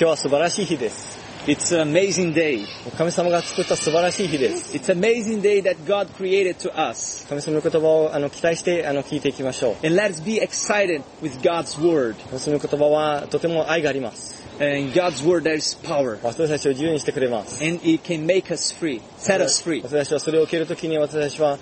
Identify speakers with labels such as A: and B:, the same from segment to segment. A: 今日は素晴らしい日です。
B: It's an amazing day.
A: 神様が作った素晴らしい日です。
B: It's an amazing day that God created to us.
A: 神様の言葉をあの期待してあの聞いていきましょう。
B: And let's be excited with God's word.
A: その言葉はとても愛があります。
B: And in God's word there is power.
A: 私たちを自由にしてくれます。
B: And it can make us free, set us free.
A: 私たちはそれを受けるときに私たちは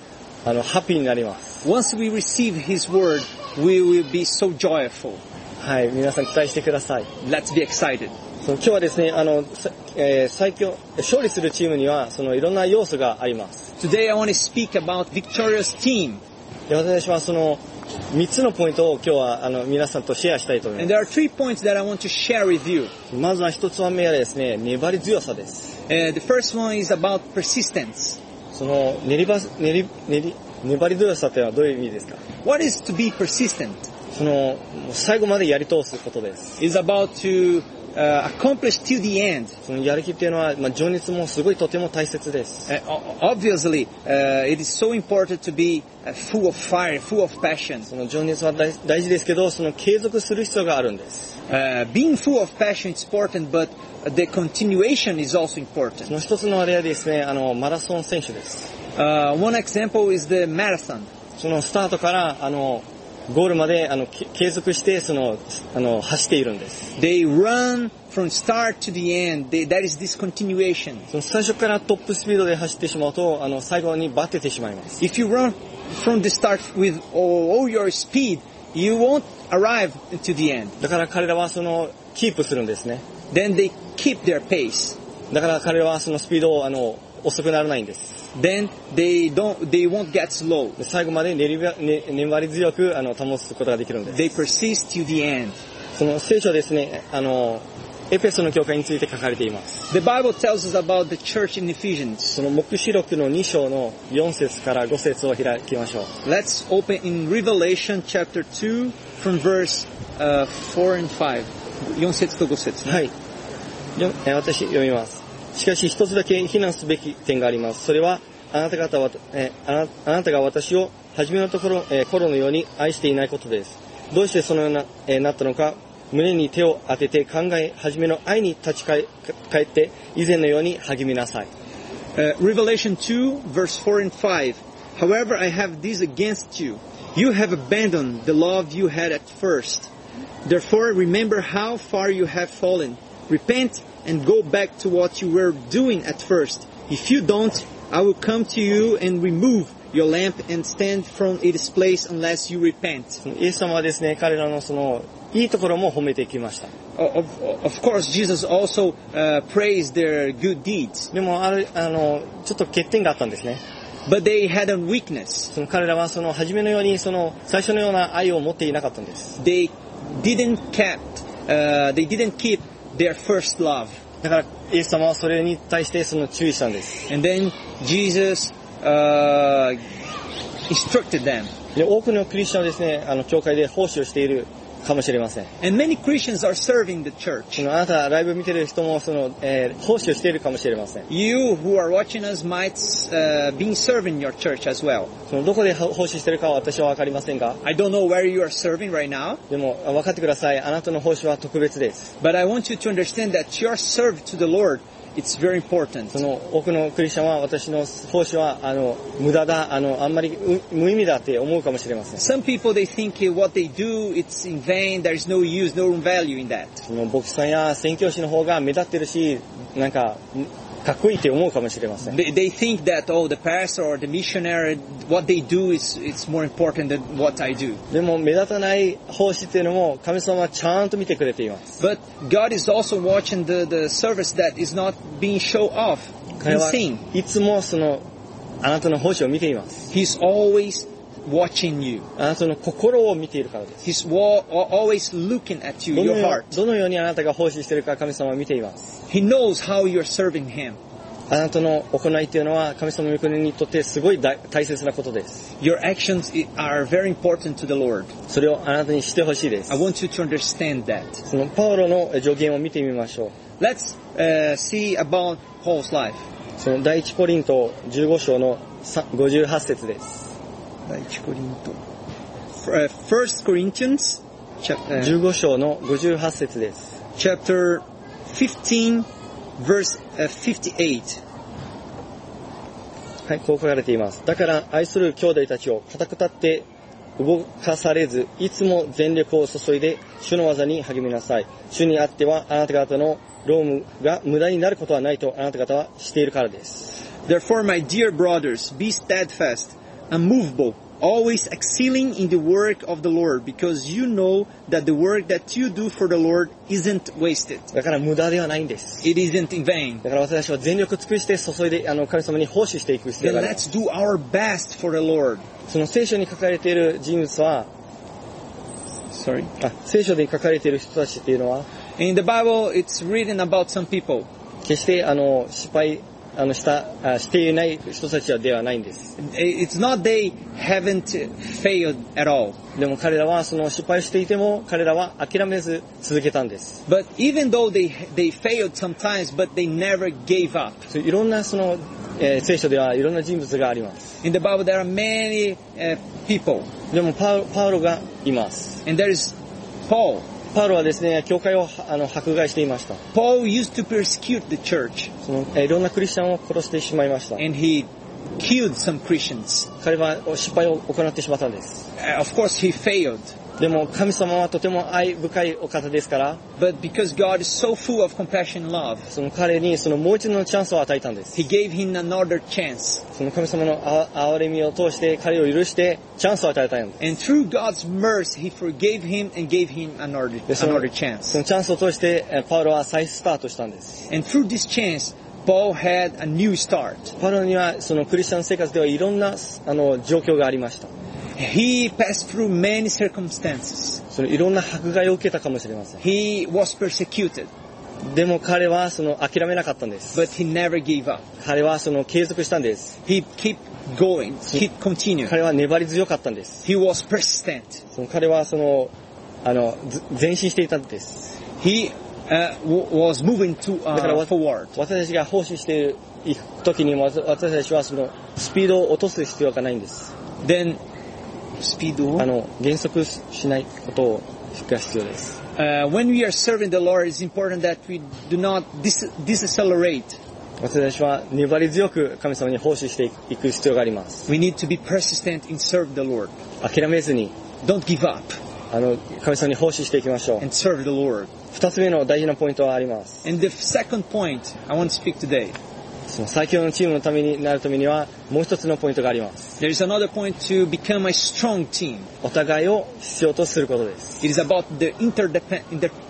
A: あのハッピーになります。
B: Once we receive His word, we will be so joyful.
A: はい、皆さん期待してください。
B: Let's be excited.
A: その今日はですね、あの、さえー最強、勝利するチームにはそのいろんな要素があります。
B: Today I want to speak about victorious team.
A: で私たちはその3つのポイントを今日はあの皆さんとシェアしたいと思い
B: And
A: ま
B: there are three points that I want to share with you.
A: す。まずは1つ目はですね、粘り強さです。
B: Uh, the first one is about persistence.
A: その練りば練り練り粘り強さというのはどういう意味ですか
B: What is to be persistent?
A: そのもう最後までやり通すことです。
B: Is about to uh, accomplish till the end.
A: そのやる気っていうのは、まあ、情熱もすごいとても大切です。
B: Uh, o- obviously, uh, it is so important to be uh, full of fire, full of passion.
A: その情熱は大大事ですけど、その継続する必要があるんです。
B: Uh, being full of passion is important, but the continuation is also
A: そ
B: important.
A: の一つのあれはですね、あの、マラソン選手です。
B: Uh, one example is the marathon.
A: そのスタートから、あの、ゴールまで、あの、け継続して、その、あの、走っているんです。
B: They run from start to the end. They, that is this continuation.
A: その最初からトップスピードで走ってしまうと、あの、最後にバテてしまいます。
B: If you run from the start with all, all your speed, you won't arrive to the end.
A: だから彼らはその、キープするんですね。
B: Then they keep their pace.
A: だから彼はそのスピードをあの遅くならないんです。
B: Then they don't. They won't get slow.
A: で最後まで練りば、ね、粘り強くあの保つことができるんです。
B: They persist to the end.
A: その聖書はですね、あの、エペソの教会について書かれています。
B: The Bible tells us about the church in Ephesians.
A: その目視録の2章の4節から5節を開きましょう。
B: Let's open in Revelation chapter 2 from verse uh, 4 and 5. 4節と5節ね。
A: はい。よえー私読みます。しかし一つだけ非難すべき点があります。それは、あなた方は、えーあなあなたが私を初めのところ、えー頃のように愛していないことです。どうしてそのような、えーなったのか、胸に手を当てて考え、初めの愛に立ち返返って、以前のように励みなさい。
B: Uh, Revelation 2 verse 4 and 5. However, I have this against you. You have abandoned the love you had at first. Therefore, remember how far you have fallen. Repent and go back to what you were doing at first. If you don't, I will come to you and remove your lamp and stand from its place unless you repent.
A: イエス様はですね、彼らのその、いいところも褒めていきました。
B: Of, of course, Jesus also uh, praised their good deeds,
A: でも、ある、あの、ちょっと欠点があったんですね。
B: but they had a weakness.
A: その彼らはその、初めのように、その、最初のような愛を持っていなかったんです。
B: they didn't kept uh, they didn't keep their first love
A: だから、イエス様はそれに対してその注意したんです。
B: and then jesus uh, instructed them
A: で、多くのクリスチャンはですね、あの、教会で奉仕をしているかもしれません。
B: and many christians are serving the church
A: その、あなた、ライブ見てる人も、その、えー奉仕をしているかもしれません。
B: you who are watching us might uh, be serving your church as well
A: その、どこで奉仕してるかは私はわかりませんが、
B: i don't know where you are serving right now
A: でも、分かってください。あなたの奉仕は特別です。
B: but i want you to understand that your serve to the lord it's very
A: そ
B: important
A: の、多くのクリスチャンは私の奉仕は、あの、無駄だ、あの、あんまりう無意味だって思うかもしれません。
B: some people they think uh, what they do it's in vain there is no use no value in that
A: その、牧師さんや宣教師の方が目立ってるし、なんか、かっこいいって思うかもしれません。
B: They, they think that oh the pastor or the missionary what they do is it's more important than what I do.
A: でも目立たない奉仕っていうのも神様はちゃんと見てくれています。
B: But God is also watching the, the service that is not being show off
A: 彼
B: and
A: は
B: seen.
A: いつもそのあなたの奉仕を見ています。
B: He's always watching you.
A: あなたの心を見ているからです。
B: He's wa- always looking at you,
A: どの
B: your
A: よ
B: heart.
A: どのようにあなたが奉仕しているか神様は見ています。
B: He knows how you're serving Him.
A: あなたの行いっていうのは神様の御国にとってすごい大大切なことです。
B: Your actions i- are very important to the Lord.
A: それをあなたにしてほしいで
B: I
A: す。
B: want you to understand that.
A: そのパウロの助言を見てみましょう。
B: Let's uh, see about Paul's life.
A: その第一コリント15章のさ58節です。
B: Uh, First Corinthians chapter,
A: 15章の58節です。
B: uh, chapter 15, verse uh, 58.
A: はい、こう書かれています。だから、愛する兄弟たちを固く立って動かされず、いつも全力を注いで、主の技に励みなさい。主にあっては、あなた方の労務が無駄になることはないと、あなた方はしているからです。
B: Therefore, my dear brothers, be steadfast, unmovable, always excelling in the work of the Lord, because you know that the work that you do for the Lord isn't wasted.
A: だから、無駄ではないんです。
B: It isn't in vain.
A: だから私たちは全力を尽くして注いで、あの、神様に奉仕していく必
B: Then
A: 要があります
B: let's do our best for the Lord.
A: その聖書に書かれている人物は、
B: Sorry.
A: あ、聖書で書かれている人たちっていうのは、
B: In the Bible, it's written about some people.
A: 決して、あの、失敗、あの、した、あしていない人たちではないんです。
B: It's not they haven't failed at all.
A: でも彼らはその失敗をしていても彼らは諦めず続けたんです。
B: But even though they they failed sometimes, but they never gave up.
A: そういろんなその、えー聖書ではいろんな人物があります。
B: In the Bible, there are many uh, people,
A: でもパウパウロがいます。
B: and there is Paul.
A: パウロはですね、教会をはあの迫害していました。
B: Paul used to persecute the church,
A: そのえーいろんなクリスチャンを殺してしまいました。
B: and he killed some Christians.
A: 彼はお失敗を行ってしまったんです。
B: Uh, of course, he failed,
A: でも神様はとても愛深いお方ですから、
B: but because God is so full of compassion and love,
A: その彼にそのもう一度のチャンスを与えたんです。
B: he gave him another chance.
A: その神様のあ憐れみを通して彼を許してチャンスを与えたんです。
B: And through God's mercy, he forgave him and gave him another,
A: でその
B: another
A: そ
B: chance.
A: のチャンスを通してえーパウロは再スタートしたんです。
B: And through this chance, Paul had a new start.
A: パウロにはそのクリスチャン生活ではいろんなあの状況がありました。
B: He passed through many circumstances.
A: そのいろんな迫害を受けたかもしれません。
B: He was persecuted,
A: でも彼はその諦めなかったんです。
B: but he never gave up.
A: 彼はその継続したんです。
B: He kept going, keep continuing.
A: 彼は粘り強かったんです。
B: He was persistent.
A: その彼はそのあのず前進していたんです。
B: He uh, w- was moving to uh,
A: だからわ-
B: forward.
A: 私たちが奉仕している時にもわた私たちはそのスピードを落とす必要がないんです。
B: Then speed.
A: あの減速しないことをが必要です。
B: Uh, when we are serving the Lord, it's important that we do not dis- decelerate.
A: 私たちは粘り強く神様に奉仕していく必要があります。
B: We need to be persistent in serve the Lord.
A: 諦めずに
B: Don't give up
A: あの、神様に奉仕していきましょう。
B: and serve the Lord.
A: 二つ目の大事なポイントはあります。
B: And the second point I want to speak today.
A: その最強のチームのためになるためには、もう一つのポイントがあります。
B: There is another point to become a strong team.
A: お互いを必要とすることです。
B: It is about the interdepen-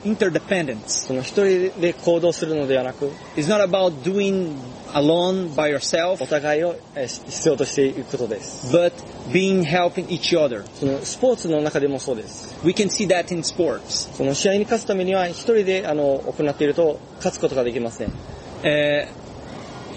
B: inter- interdependence.
A: その一人で行動するのではなく、
B: It's not about doing alone by
A: お
B: yourself,
A: 互いをえし必要としていくことです。
B: but being helping each other.
A: そのスポーツの中でもそうです。
B: We can see that in sports.
A: その試合に勝つためには、一人であの行っていると勝つことができません。
B: Uh,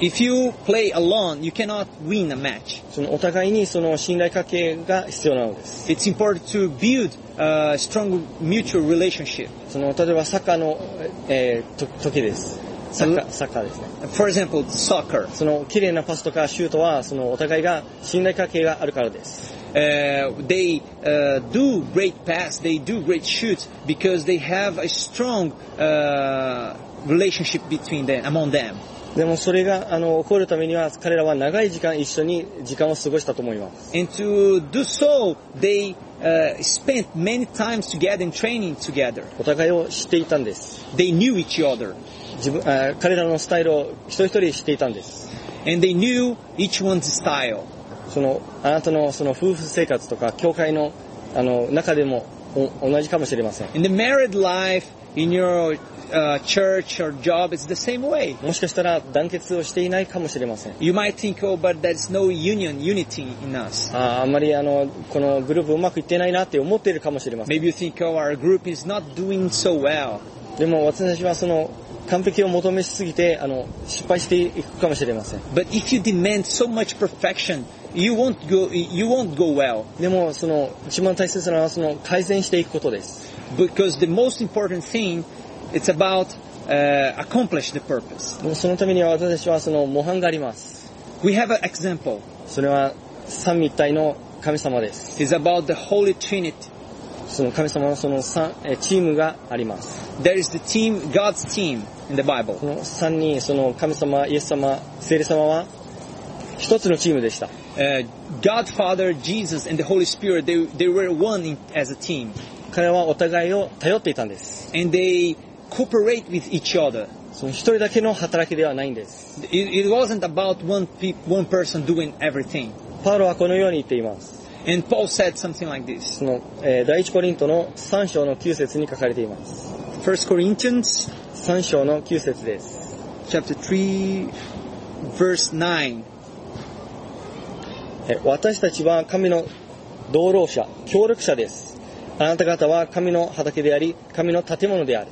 B: if you play alone, you cannot win a match.
A: そのお互いにその信頼関係が必要なのです。
B: It's important to build a strong mutual relationship.
A: その例えばサッカーの、えーと時です。サッカー、サッカーですね。
B: For example, soccer.
A: その綺麗なパスとかシュートはそのお互いが信頼関係があるからです。
B: Uh, they uh, do great pass, they do great shoots because they have a strong uh, relationship between them, among them.
A: でもそれがあの起こるためには彼らは長い時間一緒に時間を過ごしたと思います。
B: And to do so, they uh, spent many times together in training together.
A: お互いを知っていたんです。
B: They knew each other,
A: 自分あ彼らのスタイルを一人一人知っていたんです。
B: and they knew each one's style.
A: そのあなたのその夫婦生活とか教会のあの中でもお同じかもしれません。
B: In the married life, in your uh, church or job, it's the same way.
A: もしかしたら団結をしていないかもしれません。
B: You might think, oh, but there's no union, unity in us.
A: あーあんまりあのこのグループうまくいってないなって思っているかもしれません。
B: Maybe you think, oh, our group is not doing so well.
A: でも私たちはその完璧を求めしすぎてあの失敗していくかもしれません
B: But if you demand so much perfection, you won't go, you won't go well.
A: でもその一番大切なのはその改善していくことです
B: Because the most important thing, it's about uh, accomplish the purpose.
A: もうそのためには私たちはその模範があります
B: We have an example.
A: それは三位一体の神様です
B: It's about the Holy Trinity.
A: その神様のその三えーチームがあります。
B: There is the team, God's team in the
A: こ
B: Bible.
A: の三人、その神様、イエス様、聖霊様は、一つのチームでした。
B: Uh, God, Father, Jesus, and the Holy Spirit, they, they were one in, as a team.
A: 彼らはお互いを頼っていたんです。
B: And they cooperate with each other.
A: その一人だけの働きではないんです。
B: It, it wasn't about one, pe- one person doing everything.
A: パウロはこのように言っています。
B: And Paul said something like this.
A: その、えー第一コリントの三章の九節に書かれています。
B: First Corinthians
A: 三章の九節です。
B: chapter 3 verse 9
A: えー私たちは神の同労者、協力者です。あなた方は神の畑であり、神の建物である。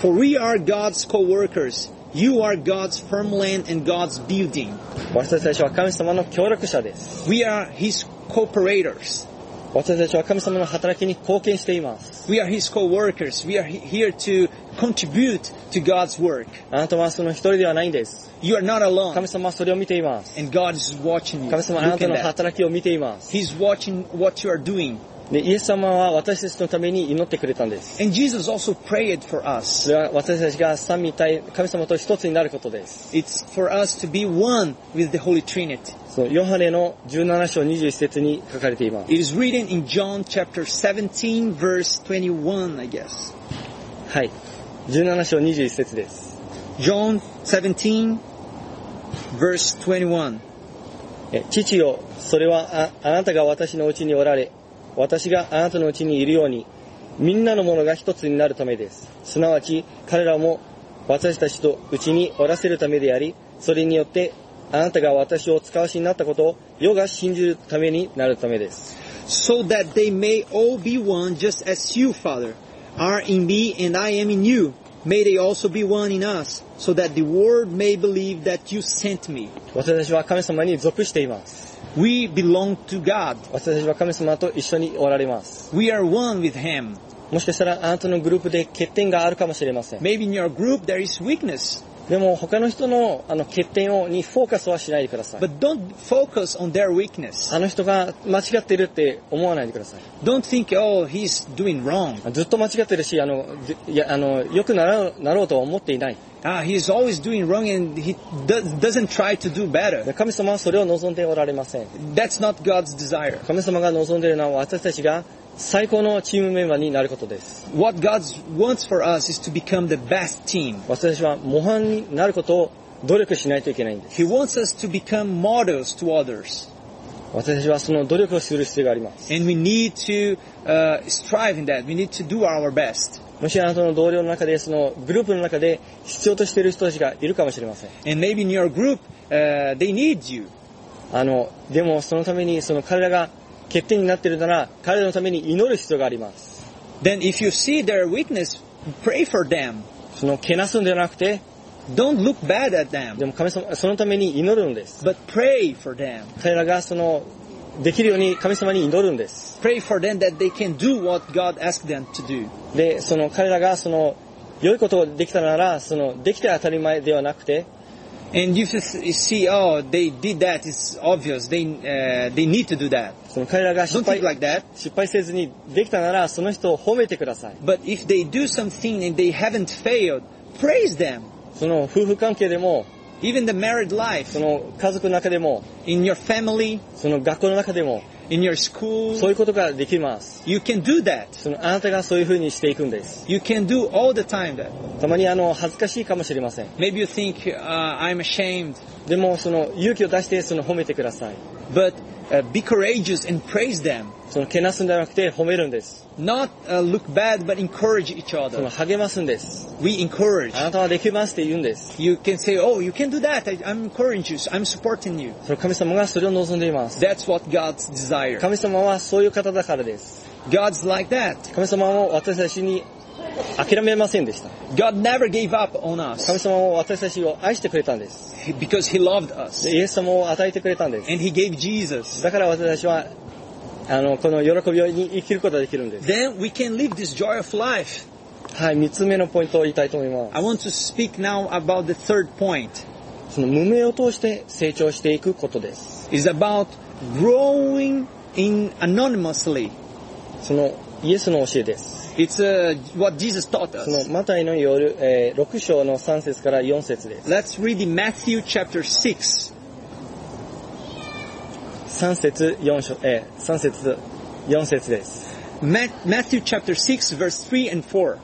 B: For we are God's co-workers. You are God's farmland and God's building.
A: 私たちは神様の協力者です。
B: We are His cooperators.
A: 私たちは神様の働きに貢献しています。
B: We are His co-workers. We are he- here to contribute to God's work.
A: あなたはその一人ではないんです。
B: You are not
A: 神
B: alone.
A: 様はそれを見ています。
B: And God is watching you.
A: 神様はあな
B: Look
A: た
B: at
A: の
B: that.
A: 働きを見ています。
B: He's watching what you are doing.
A: で、イエス様は私たちのために祈ってくれたんです。
B: And Jesus also prayed for us.
A: それは私たちが三位一体、神様と一つになることです。
B: It's for us to be one with the Holy Trinity.
A: そのヨハネの17章21節に書かれています。
B: It is written in John chapter 17 verse 21, I guess.
A: はい。17章21節です。
B: John 17 verse 21.
A: え父よ、それはああなたが私のうちにおられ、私があなたのうちにいるように、みんなのものが一つになるためです。すなわち、彼らも私たちとうちにおらせるためであり、それによって、あなたが私を使わしになったことを世が信じるためになるためです。
B: So that they may all be one just as you, Father, are in me and I am in you. May they also be one in us, so that the world may believe that you sent me.
A: 私たちは神様に属しています。
B: We belong to God.
A: 私たちは神様と一緒におられます。
B: We are one with Him.
A: もしかしたらあなたのグループで欠点があるかもしれません。
B: Maybe in your group there is weakness,
A: でも他の人のあの欠点をにフォーカスはしないでください。
B: but don't focus on their weakness.
A: あの人が間違ってるって思わないでください。
B: Don't think, oh, he's doing wrong.
A: ずっと間違ってるし、あの、ずいや、あの、良くならうなろうとは思っていない。
B: Ah, he's always doing wrong and he do- doesn't try to do better.
A: 神様はそれを望んでおられません。
B: That's not God's desire.
A: 神様が望んでいるのは私たちが最高のチームメンバーになることです。
B: What God wants for us is to become the best team.
A: 私たちは模範になることを努力しないといけないんです。
B: He wants us to become models to others.
A: 私たちはその努力をする必要があります。
B: And we need to uh, strive in that. We need to do our best.
A: もしあなたの同僚の中で、そのグループの中で必要としている人たちがいるかもしれません。
B: And maybe in your group, uh, they need you.
A: あの、でもそのために、その彼らが欠点になっているなら、彼らのために祈る必要があります。
B: Then if you see their weakness, pray for them.
A: そのけなすんではなくて、
B: Don't look bad at them,
A: でも神様、そのために祈るんです。
B: but pray for them.
A: 彼らがその、できるように神様に祈るんです。
B: Pray for them that they can do what God asked them to do.
A: で、その彼らがその、良いことをできたなら、その、できて当たり前ではなくて、
B: And if you th- see, oh, they did that, it's obvious. They uh, they need to do that.
A: その彼らが失
B: Don't
A: 敗、
B: think like that.
A: 失敗せずにできたなら、その人を褒めてください。
B: But if they do something and they haven't failed, praise them.
A: その、夫婦関係でも、
B: Even the married life,
A: その、家族の中でも、
B: in your family,
A: その学校の中でも、
B: in your school,
A: そういうことができます。
B: you can do that.
A: その、あなたがそういう風にしていくんです。
B: You can do all the time that.
A: たまにあの、恥ずかしいかもしれません。
B: Maybe you think uh, I'm ashamed,
A: でも、その、勇気を出して、その、褒めてください。
B: but uh, be courageous and praise them.
A: そのけなすんじゃなくて褒めるんです。
B: Not uh, look bad, but encourage each
A: その
B: other.
A: 励ますんです。
B: We encourage.
A: あなたはできますって言うんです。
B: You can say, "Oh, you can do that. I, I'm encouraging you. I'm supporting you."
A: その神様がそれを望んでいます。
B: That's what God's desire.
A: 神様はそういう方だからです。
B: God's like that.
A: 神様も私たちに諦めませんでした。
B: God never gave up on
A: 神
B: us
A: 様も私たちを愛してくれたんです。
B: because He loved us
A: でイエス様を与えてくれたんです。
B: and He gave Jesus.
A: だから私たちは、あの、この喜びに生きることができるんです。
B: Then we can live this joy of life.
A: はい、三つ目のポイントを言いたいと思いま
B: I want to speak now about the third point.
A: す。その無名を通して成長していくことです。
B: It's about growing in anonymously.
A: そのイエスの教えです。
B: It's uh, what Jesus taught
A: その
B: us.
A: マタイの夜、えー6章の3節から4節です。
B: Let's read in Matthew chapter 6,
A: 3節4章、えー3節4節です。
B: Mat- Matthew chapter 6, verse 3 and 4.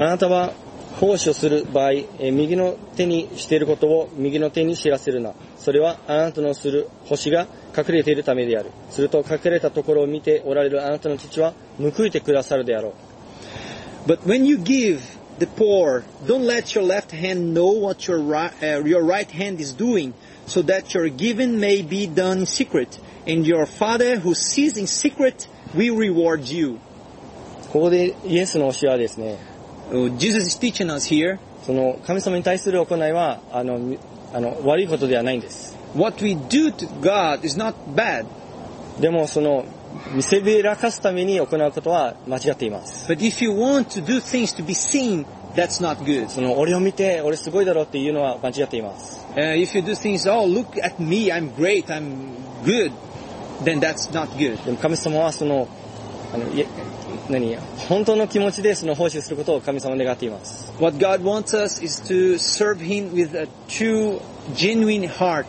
A: あなたは奉仕をする場合、えー右の手にしていることを右の手に知らせるな。それはあなたのする星が隠れているためである。すると隠れたところを見ておられるあなたの父は報いてくださるであろう。
B: But when you give the poor, don't let your left hand know what your right, uh, your right hand is doing, so that your giving may be done in secret, and your Father who sees in secret will reward you.
A: ここでイエスの教えはですね、
B: Oh, Jesus is teaching us here
A: その神様に対する行いは、あの、みあの悪いことではないんです。
B: what we do to God is not bad,
A: でもその、見せびらかすために行うことは間違っています。
B: but if you want to do things to be seen, that's not good.
A: その、俺を見て、俺すごいだろっていうのは間違っています。
B: Uh, if you do things, oh look at me, I'm great, I'm good, then that's not good.
A: でも神様はその、あの、いえ何本当の気持ちでその奉仕することを神様は願っています。
B: What God wants us is to serve Him with a true, genuine heart.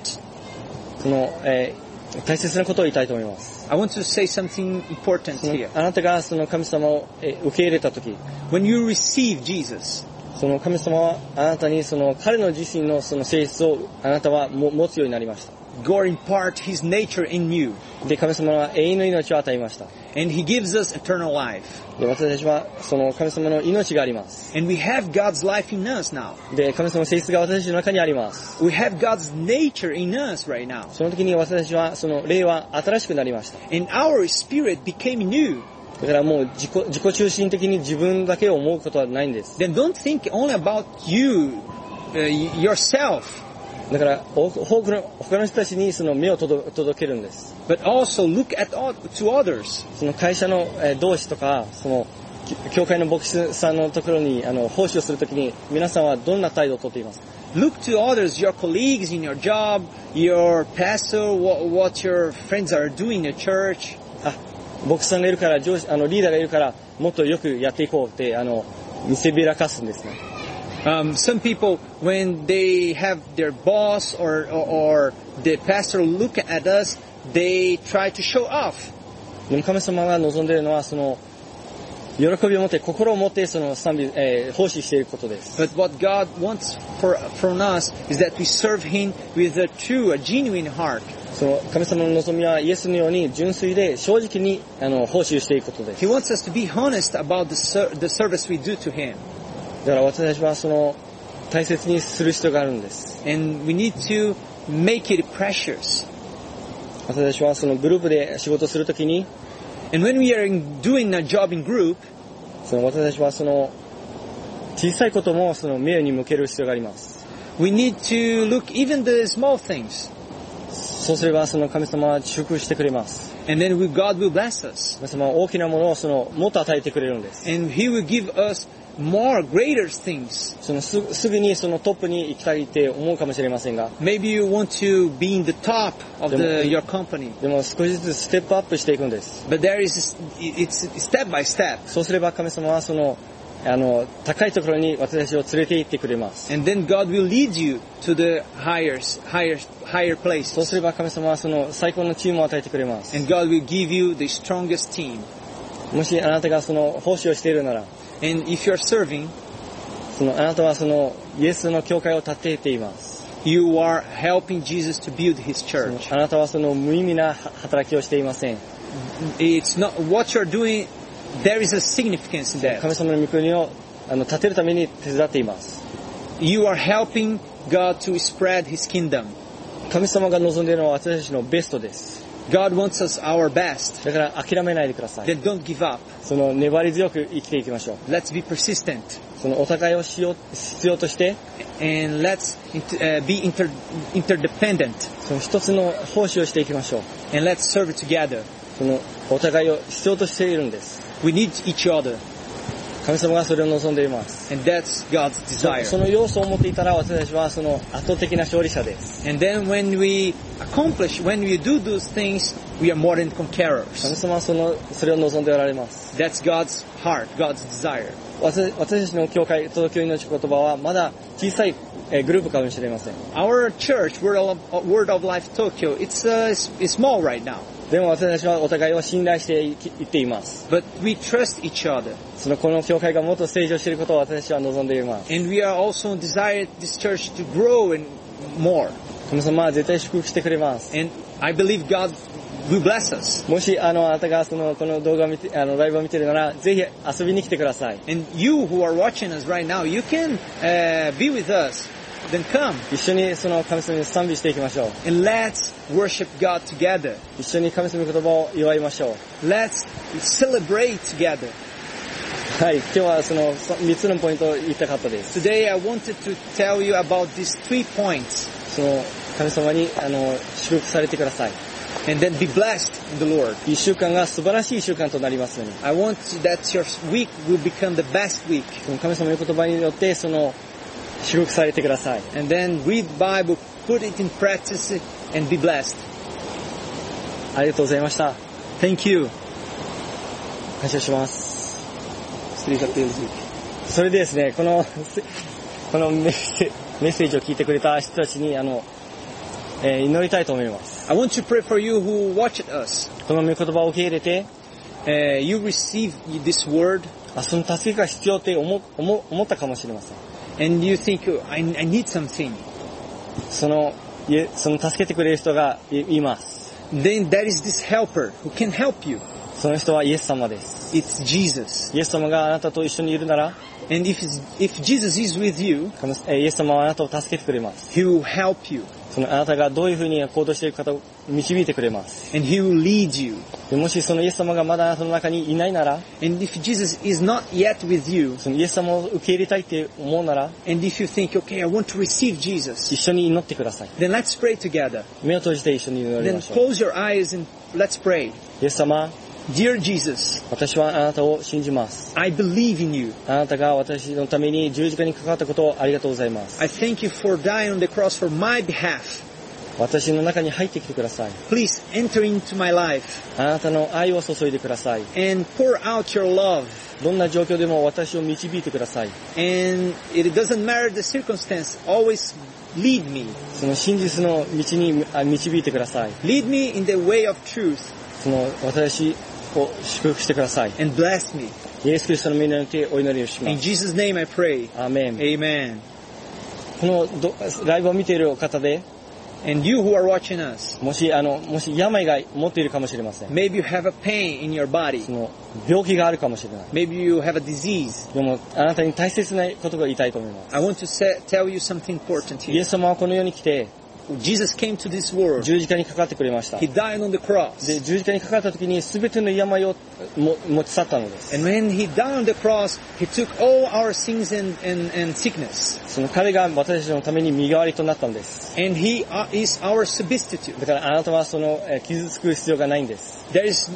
A: その、えー大切なことを言いたいと思います。
B: I want to say something important
A: その
B: here.
A: あなたがその神様を、えー受け入れたとき、
B: When you receive Jesus,
A: その神様はあなたにその彼の自身のその性質をあなたはも持つようになりました。
B: God imparts His nature in you,
A: で、神様は永遠の命を与えました。
B: and He gives us eternal life.
A: で、私たちはその神様の命があります。
B: And we have God's life in us now.
A: で、神様の性質が私たちの中にあります。
B: We have God's nature in us right now.
A: その時に私たちはその霊は新しくなりました。
B: And our spirit became new.
A: だからもう自己自己中心的に自分だけを思うことはないんです。
B: Then don't think only about you, uh, y- yourself,
A: だから多く多くの他の人たちにその目を届届けるんです。
B: but also look at o- to others.
A: その会社のえー同士とか、そのき教会の牧師さんのところにあの奉仕をするときに皆さんはどんな態度をとっていますか
B: Look to others, your colleagues in your job, your pastor, what, what your friends are doing in the church.
A: あ、牧師さんがいるから、上司、あの、リーダーがいるから、もっとよくやっていこうって、あの、見せびらかすんですね。
B: Um, some people, when they have their boss or, or, or the pastor look at us, they try to show off.
A: でも神様が望んでいるのは、その、喜びを持って、心を持って、その賛美、えー奉仕していることです。
B: But what God wants for, from us is that we serve Him with a true, a genuine heart.
A: その、神様の望みは、イエスのように純粋で、正直に、あの、奉仕をしていくことです。
B: He wants us to be honest about the, ser- the service we do to Him.
A: だから私たちは、その、大切にする必要があるんです。
B: And we need to make it precious.
A: 私たちは、その、グループで仕事するときに、
B: And when we are in, doing a job in group,
A: その、私たちは、その、小さいことも、その、名に向ける必要があります。
B: we need to look even the small things.
A: そうすればその神様は祝福してくれます。
B: And then we, God will bless us.
A: 神様は大きなものをそのもっと与えてくれるんです。
B: And He will give us more greater things.
A: そのすすぐにそのトップに行きたいって思うかもしれませんが、
B: Maybe you want to be in the top of the,
A: Democracy.
B: your company.
A: でも少しずつステップアップしていくんです。
B: But there is, it's step by step.
A: そうすれば神様はその、あの、高いところに私たちを連れて行ってくれます。
B: And then God will lead you to the higher, higher, higher
A: そう
B: places.
A: すれば神様はその最高のチームを与えてくれます。
B: And God will give you the strongest team.
A: もしあなたがその奉仕をしているなら、
B: And if you're serving,
A: そのあなたはそのイエスの教会を立てています。
B: you are helping Jesus to build his
A: その
B: church.
A: あなたはその無意味な働きをしていません。
B: It's not what you're doing, there is a significance in
A: 神
B: that.
A: 様の御国をあの立てるために手伝っています。
B: You are helping God to spread his kingdom.
A: 神様が望んでいるのは私たちのベストです。
B: God wants us our best.
A: だから諦めないでください。
B: Then don't give up.
A: その粘り強く生きていきましょう。
B: Let's be persistent
A: そのお互いをしよう必要として、
B: and let's int- uh, be inter- interdependent
A: その一つの奉仕をしていきましょう。
B: and let's serve together.
A: そのお互いを必要としているんです。
B: We need each other.
A: 神神様がそれを望んでいます
B: And that's God's
A: そ
B: desire.
A: の要素を持っていたら私たちはその圧倒的な勝利者です
B: And then when we accomplish, when we do those things, we are more than
A: 神
B: conquerors.
A: 様はそのそれを望んでおられます
B: That's God's heart, God's desire.
A: 私私たちの教会東京命言葉はまだ小さいえーグループかもしれません
B: Our church, Word of, Word of Life Tokyo, it's, uh, it's it's small right now,
A: でも私たちはお互いを信頼していきいっています
B: but we trust each other.
A: そのこの教会がもっと成長していることを私たちは望んでいます
B: And we are also desired this church to grow and more.
A: 神様は絶対祝福してくれます
B: And I believe God will bless us.
A: もしあのあなたがそのこの動画を見てあのライブを見てるならぜひ遊びに来てください
B: And you who are watching us right now, you can uh, be with us. Then come
A: 一緒にその神様に賛美していきましょう
B: and let's worship God together.
A: 一緒に神様の言葉を祝いましょう
B: Let's celebrate together.
A: はい今日はそのそ3つのポイントを言いたかったです
B: Today I wanted to tell you about these three points
A: その神様にあの祝福されてください
B: and then be blessed in the Lord.
A: 1週間が素晴らしい1週間となりますように
B: I want that your week will become the best week.
A: その神様の言葉によってその祝福されてください
B: And then read Bible, put it in practice and be blessed.
A: ありがとうございました
B: Thank you.
A: 感謝しますそれでですねこのこのメッセメッセージを聞いてくれた人たちにあの、えー祈りたいと思います
B: I want to pray for you who watched us.
A: この御言葉を受け入れて
B: Uh, you receive this word
A: あその助けが必要って思思思ったかもしれません
B: and you think, "Oh, I, I need something.
A: そのいえその助けてくれる人がいいます。
B: Then there is this helper who can help you.
A: その人はイエス様です。
B: It's Jesus.
A: イエス様があなたと一緒にいるなら、
B: And if, it's- if Jesus is with you,
A: 神えイエス様はあなたを助けてくれます。
B: He will help you
A: そのあなたがどういうふうに行動していくかを導いてくれます。
B: and He will lead you.
A: でもしそのイエス様がまだあなたの中にいないなら、
B: And if Jesus is not yet with you,
A: そのイエス様を受け入れたいって思うなら、
B: and if you think, okay, I want to receive Jesus,
A: 一緒に祈ってください。
B: then let's pray together.
A: 目を閉じて一緒に祈り
B: Then
A: ましょう。
B: close your eyes and let's pray.
A: イエス様、
B: Dear Jesus,
A: 私はあなたを信じます。
B: I believe in you.
A: あなたが私のために十字架にかかったことをありがとうございます。
B: I thank you for dying on the cross for my behalf.
A: 私の中に入ってきてください。
B: Please enter into my life
A: あなたの愛を注いでください。
B: and pour out your love.
A: どんな状況でも私を導いてください。
B: And it doesn't matter the circumstance, always lead me.
A: その真実の道にあ導いてください。
B: Lead me in the way of truth
A: その私を祝福してください。
B: and bless me.
A: イエス・クリストの皆によってお祈りをしま
B: In
A: す。
B: Jesus' name I pray.
A: アーメン。
B: Amen.
A: このどライブを見ている方で、
B: And you who are watching us,
A: もし、あの、もし病が持っているかもしれません。
B: maybe you have a pain in your body.
A: その、病気があるかもしれない。
B: Maybe you have a disease.
A: でも、あなたに大切なことが言いたいと思います。
B: I want to say, tell you something important
A: イエ
B: here.
A: ス様はこの世に来て、
B: Jesus came to this world.
A: 十字架にかかってくれました。
B: He
A: で、
B: died on the cross.
A: 十字架にかかった時に全ての病をも持ち去ったのです。
B: And when he died on the cross, he took all our sins and, and, and sickness.
A: その彼が私たちのために身代わりとなったのです。
B: And he uh, is our substitute.
A: だからあなたはその、えー傷つく必要がないんです。
B: There is,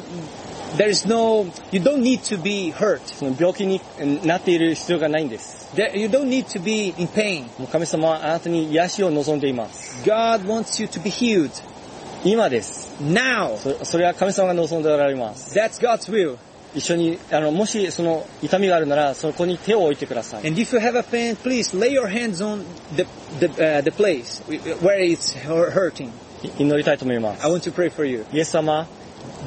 B: there is no, you don't need to be hurt.
A: その病気にえーなっている必要がないんです。
B: There, you don't need to be in pain.
A: もう神様はあなたに癒しを望んでいます。
B: God wants you to be healed
A: 今です。
B: now.
A: そそれは神様が望んでおられます。
B: That's God's will.
A: 一緒に、あの、もしその痛みがあるなら、そこに手を置いてください。
B: And if you have a pain, please lay your hands on the, the, uh, the place where it's hu- hurting.
A: い祈りたいと思います。
B: I want to pray for you.
A: イエス様、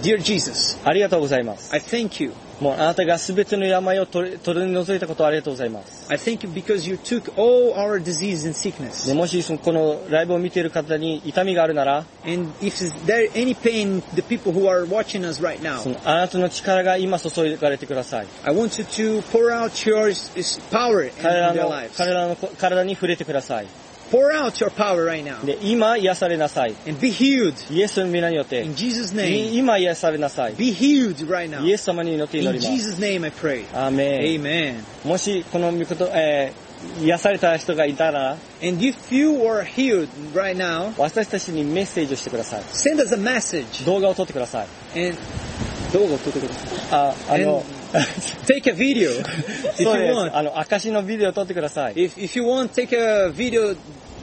B: Dear Jesus,
A: ありがとうございます。
B: I thank you.
A: もうあなたが全ての病を取り取り除いたことをありがとうございます。
B: I thank you because you took all our disease and sickness.
A: でもしそのこのライブを見ている方に痛みがあるなら、
B: And if is there any pain, the people who are watching us right
A: そ
B: now,
A: のあなたの力が今注いでかれてください。
B: I want you to pour out your s- s- power in
A: 彼ら
B: their
A: の
B: lives.
A: 彼らの体に触れてください。
B: Pour out your power right now
A: で、今癒されなさい。
B: and be healed
A: イエスの皆によって、
B: in Jesus'
A: い
B: name.
A: 今癒されなさい。
B: Be healed right now
A: イエス様に祈って祈り
B: in
A: ます。
B: Jesus' name. I pray.
A: アーメン。
B: Amen.
A: もしこの御こと、えー癒された人がいたら、
B: And if you are healed right now,
A: 私たちにメッセージをしてください。
B: send us a message
A: 動画を撮ってください。
B: and
A: あ、あの、
B: And Take a video if
A: そう
B: you
A: で
B: want.
A: す。あの、証のビデオを撮ってください。
B: If, if you want, take a video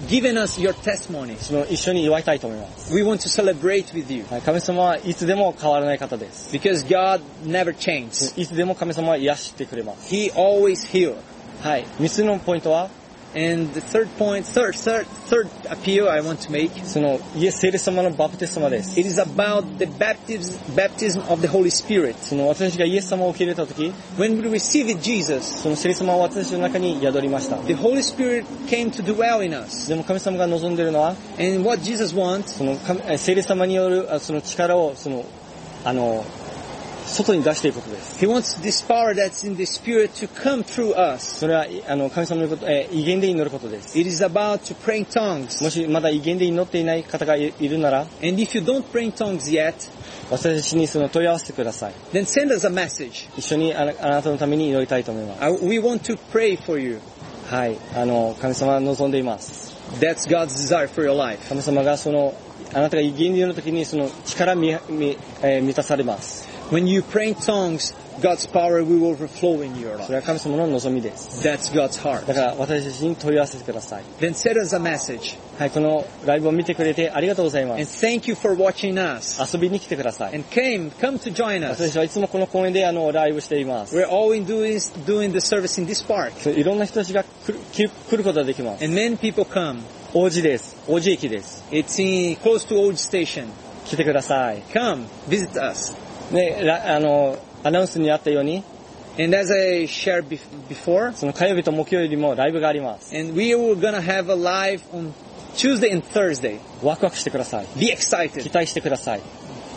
B: giving us your testimony.
A: その一緒に祝いたいと思います。
B: We want to celebrate with you
A: はい、神様はいつでも変わらない方です。
B: because God never changes.
A: いつでも神様は癒してくれます。
B: He always heals.
A: はい。三つのポイントは、
B: And the third point, third, third, third appeal I want to make,
A: その、イエス・聖霊様のバプテスマです。
B: it is about the baptism, baptism of the Holy Spirit.
A: その、私がイエス様を受け入れたとき、
B: When we received Jesus,
A: その聖霊様は私の中に宿りました。
B: the Holy Spirit came to dwell in us.
A: でも神様が望んでいるのは、
B: And what Jesus wants
A: その神え聖霊様によるあその力をそのあの外に出していくことです。
B: He wants this power that's in the Spirit to come through us.
A: それはいあの神様のこと、えー威厳で祈ることです。
B: It is about to pray in
A: も
B: tongues.
A: しまだ威厳で祈っていない方がいいるなら、
B: And if you don't pray in tongues yet,
A: 私たちにその問い合わせてください。
B: then send us a message.
A: 一緒にあなあなたのために祈りたいと思います。
B: I, we want to pray for you.
A: はい、あの神様は望んでいます。
B: That's God's desire for your life.
A: 神様がそのあなたが威厳で祈るときにその力みみ、えー満たされます。
B: When you pray in tongues, God's power will overflow in your
A: そ
B: life.
A: れは神様の望みです。
B: That's God's heart.
A: だから私たちに問い合わせてください。
B: Then send us a message.
A: はい、このライブを見てくれてありがとうございます
B: And。thank you for watching us.
A: 遊びに来てください。
B: And came, come to join
A: 私
B: us.
A: はいつもこの公園であのライブしています。
B: We're always doing, doing the service in this park.
A: そういろんな人たちが来る来る来ることができます。
B: And many people come.
A: 王子です。王子駅です。
B: It's in, close to Old Station.
A: 来てください。
B: Come, visit us.
A: ね、らあの、アナウンスにあったように、
B: And as I shared bef- before,
A: その火曜日と木曜日もライブがあります。
B: and we were gonna have a live on Tuesday and Thursday.
A: ワクワクしてください。
B: Be
A: 期
B: excited.
A: 待してください。